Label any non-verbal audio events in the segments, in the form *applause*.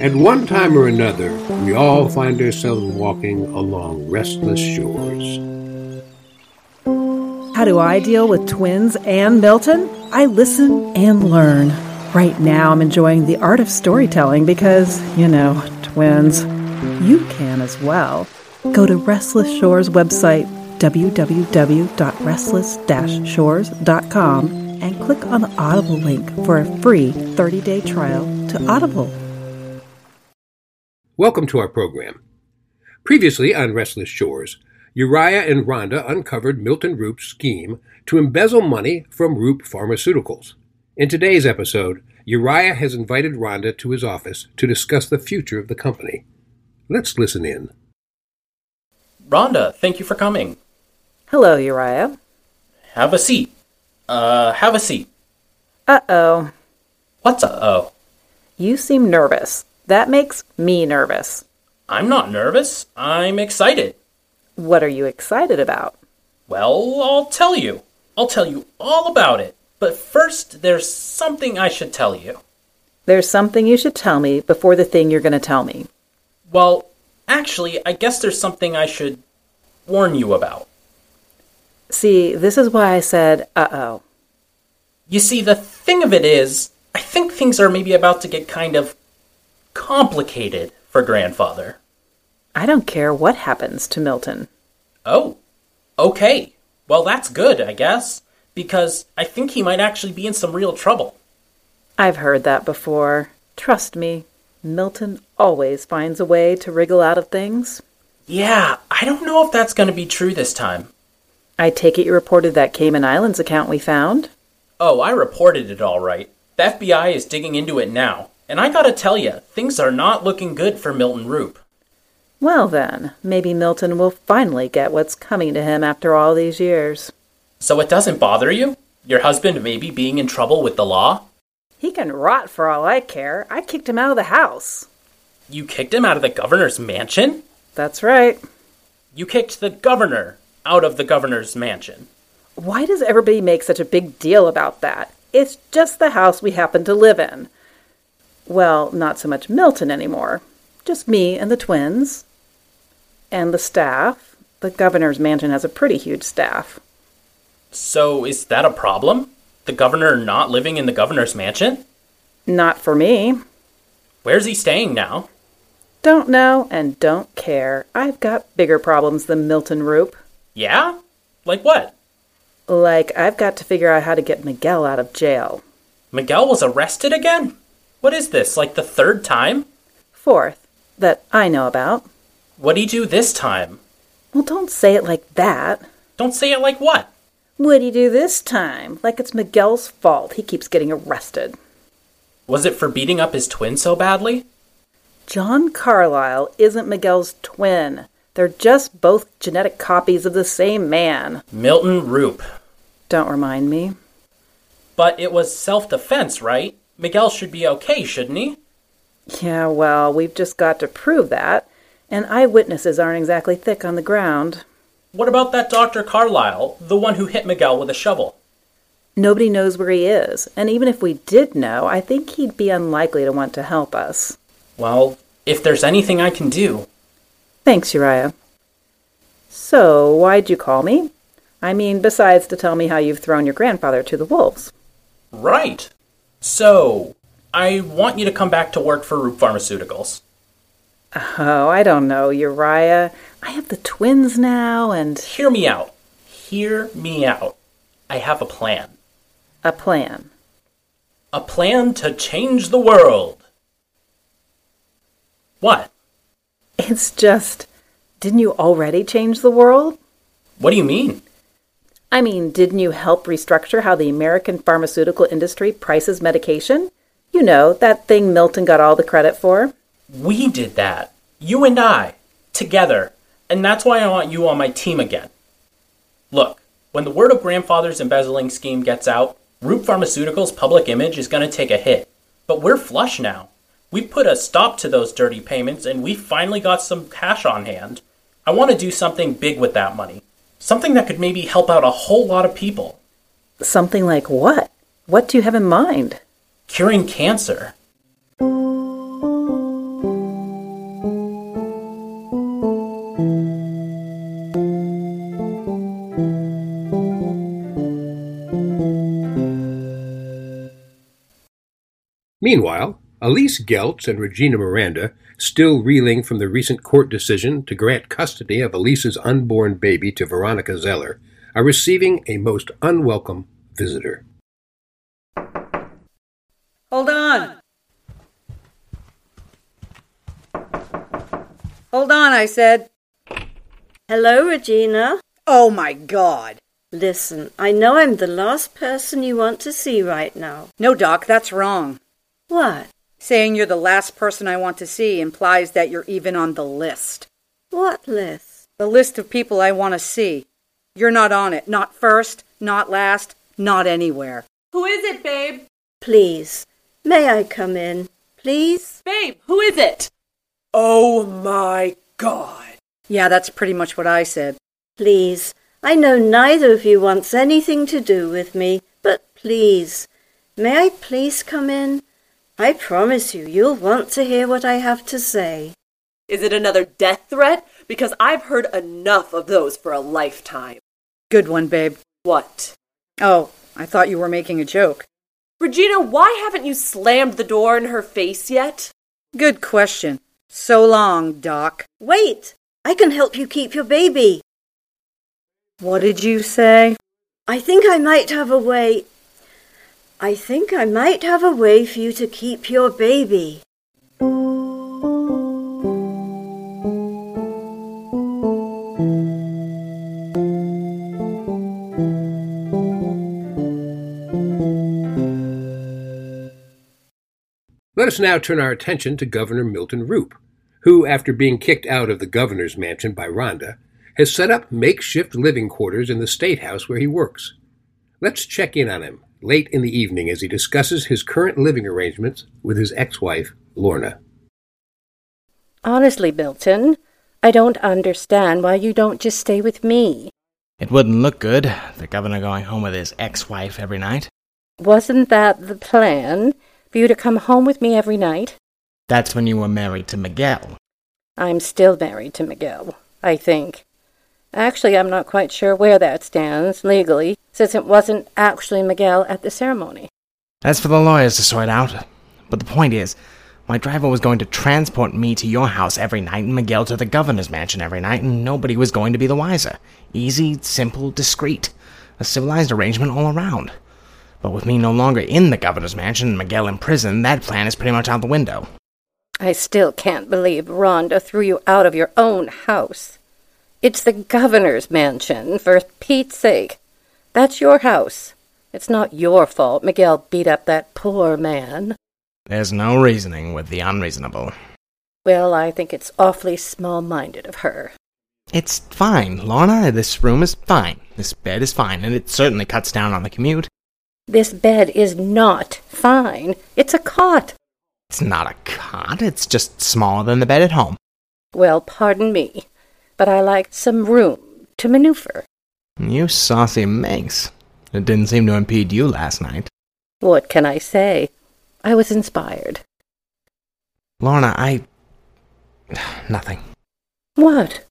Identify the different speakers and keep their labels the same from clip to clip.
Speaker 1: At one time or another, we all find ourselves walking along restless shores.
Speaker 2: How do I deal with twins and Milton? I listen and learn. Right now, I'm enjoying the art of storytelling because, you know, twins, you can as well. Go to Restless Shores website, www.restless shores.com, and click on the Audible link for a free 30 day trial to Audible.
Speaker 1: Welcome to our program. Previously on Restless Shores, Uriah and Rhonda uncovered Milton Roop's scheme to embezzle money from Roop Pharmaceuticals. In today's episode, Uriah has invited Rhonda to his office to discuss the future of the company. Let's listen in.
Speaker 3: Rhonda, thank you for coming.
Speaker 2: Hello, Uriah.
Speaker 3: Have a seat. Uh, have a seat.
Speaker 2: Uh oh,
Speaker 3: What's a oh?
Speaker 2: you seem nervous. That makes me nervous.
Speaker 3: I'm not nervous. I'm excited.
Speaker 2: What are you excited about?
Speaker 3: Well, I'll tell you. I'll tell you all about it. But first, there's something I should tell you.
Speaker 2: There's something you should tell me before the thing you're going to tell me.
Speaker 3: Well, actually, I guess there's something I should warn you about.
Speaker 2: See, this is why I said, uh oh.
Speaker 3: You see, the thing of it is, I think things are maybe about to get kind of complicated for grandfather.
Speaker 2: I don't care what happens to Milton.
Speaker 3: Oh, okay. Well, that's good, I guess, because I think he might actually be in some real trouble.
Speaker 2: I've heard that before. Trust me, Milton always finds a way to wriggle out of things.
Speaker 3: Yeah, I don't know if that's going to be true this time.
Speaker 2: I take it you reported that Cayman Islands account we found?
Speaker 3: Oh, I reported it all right. The FBI is digging into it now. And I gotta tell you, things are not looking good for Milton Roop.
Speaker 2: Well, then, maybe Milton will finally get what's coming to him after all these years.
Speaker 3: So it doesn't bother you? Your husband maybe being in trouble with the law?
Speaker 2: He can rot for all I care. I kicked him out of the house.
Speaker 3: You kicked him out of the governor's mansion?
Speaker 2: That's right.
Speaker 3: You kicked the governor out of the governor's mansion.
Speaker 2: Why does everybody make such a big deal about that? It's just the house we happen to live in. Well, not so much Milton anymore. Just me and the twins. And the staff. The governor's mansion has a pretty huge staff.
Speaker 3: So is that a problem? The governor not living in the governor's mansion?
Speaker 2: Not for me.
Speaker 3: Where's he staying now?
Speaker 2: Don't know and don't care. I've got bigger problems than Milton Roop.
Speaker 3: Yeah? Like what?
Speaker 2: Like, I've got to figure out how to get Miguel out of jail.
Speaker 3: Miguel was arrested again? What is this, like the third time?
Speaker 2: Fourth, that I know about.
Speaker 3: What'd he do this time?
Speaker 2: Well, don't say it like that.
Speaker 3: Don't say it like what?
Speaker 2: What'd he do this time? Like it's Miguel's fault he keeps getting arrested.
Speaker 3: Was it for beating up his twin so badly?
Speaker 2: John Carlyle isn't Miguel's twin. They're just both genetic copies of the same man.
Speaker 3: Milton Roop.
Speaker 2: Don't remind me.
Speaker 3: But it was self defense, right? Miguel should be okay, shouldn't he?
Speaker 2: Yeah, well, we've just got to prove that, and eyewitnesses aren't exactly thick on the ground.
Speaker 3: What about that Dr. Carlyle, the one who hit Miguel with a shovel?
Speaker 2: Nobody knows where he is, and even if we did know, I think he'd be unlikely to want to help us.
Speaker 3: Well, if there's anything I can do.
Speaker 2: Thanks, Uriah. So, why'd you call me? I mean, besides to tell me how you've thrown your grandfather to the wolves.
Speaker 3: Right. So, I want you to come back to work for Roop Pharmaceuticals.
Speaker 2: Oh, I don't know, Uriah. I have the twins now and
Speaker 3: Hear me out. Hear me out. I have a plan.
Speaker 2: a plan.
Speaker 3: A plan to change the world. What?
Speaker 2: It's just, didn't you already change the world?
Speaker 3: What do you mean?
Speaker 2: I mean, didn't you help restructure how the American pharmaceutical industry prices medication? You know, that thing Milton got all the credit for.
Speaker 3: We did that. You and I. Together. And that's why I want you on my team again. Look, when the word of grandfather's embezzling scheme gets out, Roop Pharmaceuticals' public image is going to take a hit. But we're flush now. We put a stop to those dirty payments and we finally got some cash on hand. I want to do something big with that money. Something that could maybe help out a whole lot of people.
Speaker 2: Something like what? What do you have in mind?
Speaker 3: Curing cancer.
Speaker 1: Meanwhile, Elise Geltz and Regina Miranda, still reeling from the recent court decision to grant custody of Elise's unborn baby to Veronica Zeller, are receiving a most unwelcome visitor.
Speaker 4: Hold on. Hold on, I said.
Speaker 5: Hello, Regina.
Speaker 4: Oh my God.
Speaker 5: Listen, I know I'm the last person you want to see right now.
Speaker 4: No, Doc, that's wrong.
Speaker 5: What?
Speaker 4: Saying you're the last person I want to see implies that you're even on the list.
Speaker 5: What list?
Speaker 4: The list of people I want to see. You're not on it. Not first, not last, not anywhere.
Speaker 6: Who is it, babe?
Speaker 5: Please. May I come in? Please?
Speaker 6: Babe, who is it?
Speaker 4: Oh my God. Yeah, that's pretty much what I said.
Speaker 5: Please. I know neither of you wants anything to do with me, but please. May I please come in? I promise you, you'll want to hear what I have to say.
Speaker 6: Is it another death threat? Because I've heard enough of those for a lifetime.
Speaker 4: Good one, babe.
Speaker 6: What?
Speaker 4: Oh, I thought you were making a joke.
Speaker 6: Regina, why haven't you slammed the door in her face yet?
Speaker 4: Good question. So long, Doc.
Speaker 5: Wait! I can help you keep your baby.
Speaker 4: What did you say?
Speaker 5: I think I might have a way. I think I might have a way for you to keep your baby.
Speaker 1: Let us now turn our attention to Governor Milton Roop, who, after being kicked out of the governor's mansion by Rhonda, has set up makeshift living quarters in the state house where he works. Let's check in on him late in the evening as he discusses his current living arrangements with his ex wife, Lorna.
Speaker 7: Honestly, Milton, I don't understand why you don't just stay with me.
Speaker 8: It wouldn't look good, the governor going home with his ex wife every night.
Speaker 7: Wasn't that the plan? For you to come home with me every night?
Speaker 8: That's when you were married to Miguel.
Speaker 7: I'm still married to Miguel, I think. Actually, I'm not quite sure where that stands legally, since it wasn't actually Miguel at the ceremony.
Speaker 8: That's for the lawyers to sort out. But the point is, my driver was going to transport me to your house every night and Miguel to the governor's mansion every night, and nobody was going to be the wiser. Easy, simple, discreet. A civilized arrangement all around. But with me no longer in the governor's mansion and Miguel in prison, that plan is pretty much out the window.
Speaker 7: I still can't believe Rhonda threw you out of your own house. It's the governor's mansion, for Pete's sake. That's your house. It's not your fault Miguel beat up that poor man.
Speaker 8: There's no reasoning with the unreasonable.
Speaker 7: Well, I think it's awfully small minded of her.
Speaker 8: It's fine, Lorna. This room is fine. This bed is fine, and it certainly cuts down on the commute.
Speaker 7: This bed is not fine. It's a cot.
Speaker 8: It's not a cot, it's just smaller than the bed at home.
Speaker 7: Well, pardon me, but I like some room to maneuver.
Speaker 8: You saucy minx. It didn't seem to impede you last night.
Speaker 7: What can I say? I was inspired.
Speaker 8: Lorna, I. *sighs* Nothing.
Speaker 7: What?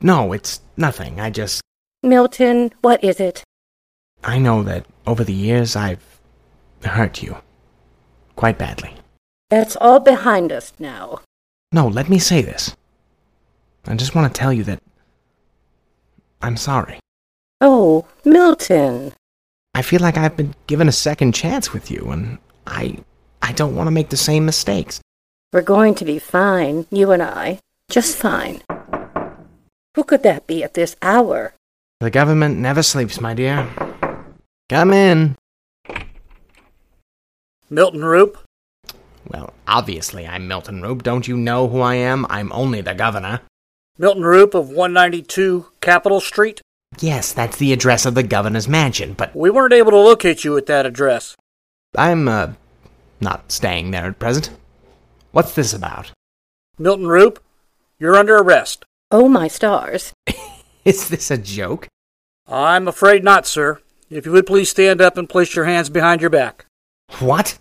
Speaker 8: No, it's nothing. I just.
Speaker 7: Milton, what is it?
Speaker 8: I know that over the years I've hurt you. Quite badly.
Speaker 7: That's all behind us now.
Speaker 8: No, let me say this. I just want to tell you that I'm sorry.
Speaker 7: Oh, Milton.
Speaker 8: I feel like I've been given a second chance with you, and I I don't want to make the same mistakes.
Speaker 7: We're going to be fine, you and I. Just fine. Who could that be at this hour?
Speaker 8: The government never sleeps, my dear. Come in.
Speaker 9: Milton Roop?
Speaker 8: Well, obviously I'm Milton Roop. Don't you know who I am? I'm only the governor.
Speaker 9: Milton Roop of 192 Capitol Street?
Speaker 8: Yes, that's the address of the governor's mansion, but
Speaker 9: We weren't able to locate you at that address.
Speaker 8: I'm, uh, not staying there at present. What's this about? *laughs*
Speaker 9: Milton Roop, you're under arrest.
Speaker 7: Oh, my stars.
Speaker 8: Is this a joke?
Speaker 9: I'm afraid not, sir. If you would please stand up and place your hands behind your back.
Speaker 8: What?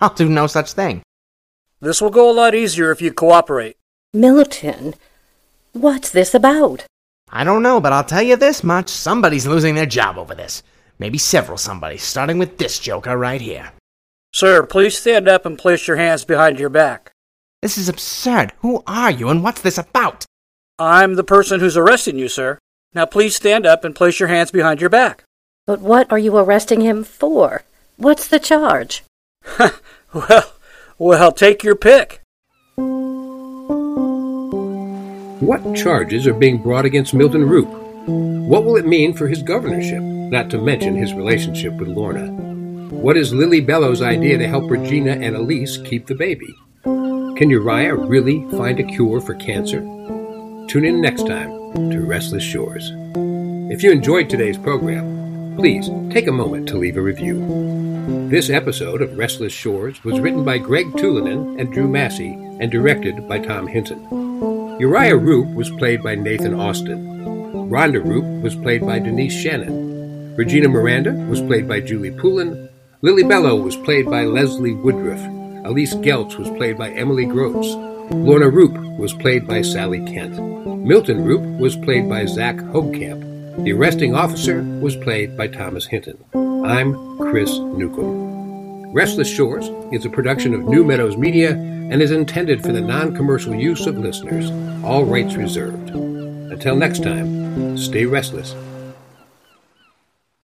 Speaker 8: I'll do no such thing.
Speaker 9: This will go a lot easier if you cooperate.
Speaker 7: Milton, what's this about?
Speaker 8: I don't know, but I'll tell you this much somebody's losing their job over this. Maybe several somebody, starting with this joker right here.
Speaker 9: Sir, please stand up and place your hands behind your back.
Speaker 8: This is absurd. Who are you and what's this about?
Speaker 9: I'm the person who's arresting you, sir. Now please stand up and place your hands behind your back. *laughs*
Speaker 7: But what are you arresting him for? What's the charge?
Speaker 9: well, well, take your pick.
Speaker 1: What charges are being brought against Milton Roop? What will it mean for his governorship, not to mention his relationship with Lorna? What is Lily Bellow's idea to help Regina and Elise keep the baby? Can Uriah really find a cure for cancer? Tune in next time to Restless Shores. If you enjoyed today's program, please take a moment to leave a review. This episode of Restless Shores was written by Greg Tulinen and Drew Massey and directed by Tom Hinton. Uriah Roop was played by Nathan Austin. Rhonda Roop was played by Denise Shannon. Regina Miranda was played by Julie Poulin. Lily Bellow was played by Leslie Woodruff. Elise Geltz was played by Emily Groves. Lorna Roop was played by Sally Kent. Milton Roop was played by Zach Hogkamp. The arresting officer was played by Thomas Hinton. I'm Chris Newcomb. Restless Shores is a production of New Meadows Media and is intended for the non commercial use of listeners. All rights reserved. Until next time, stay restless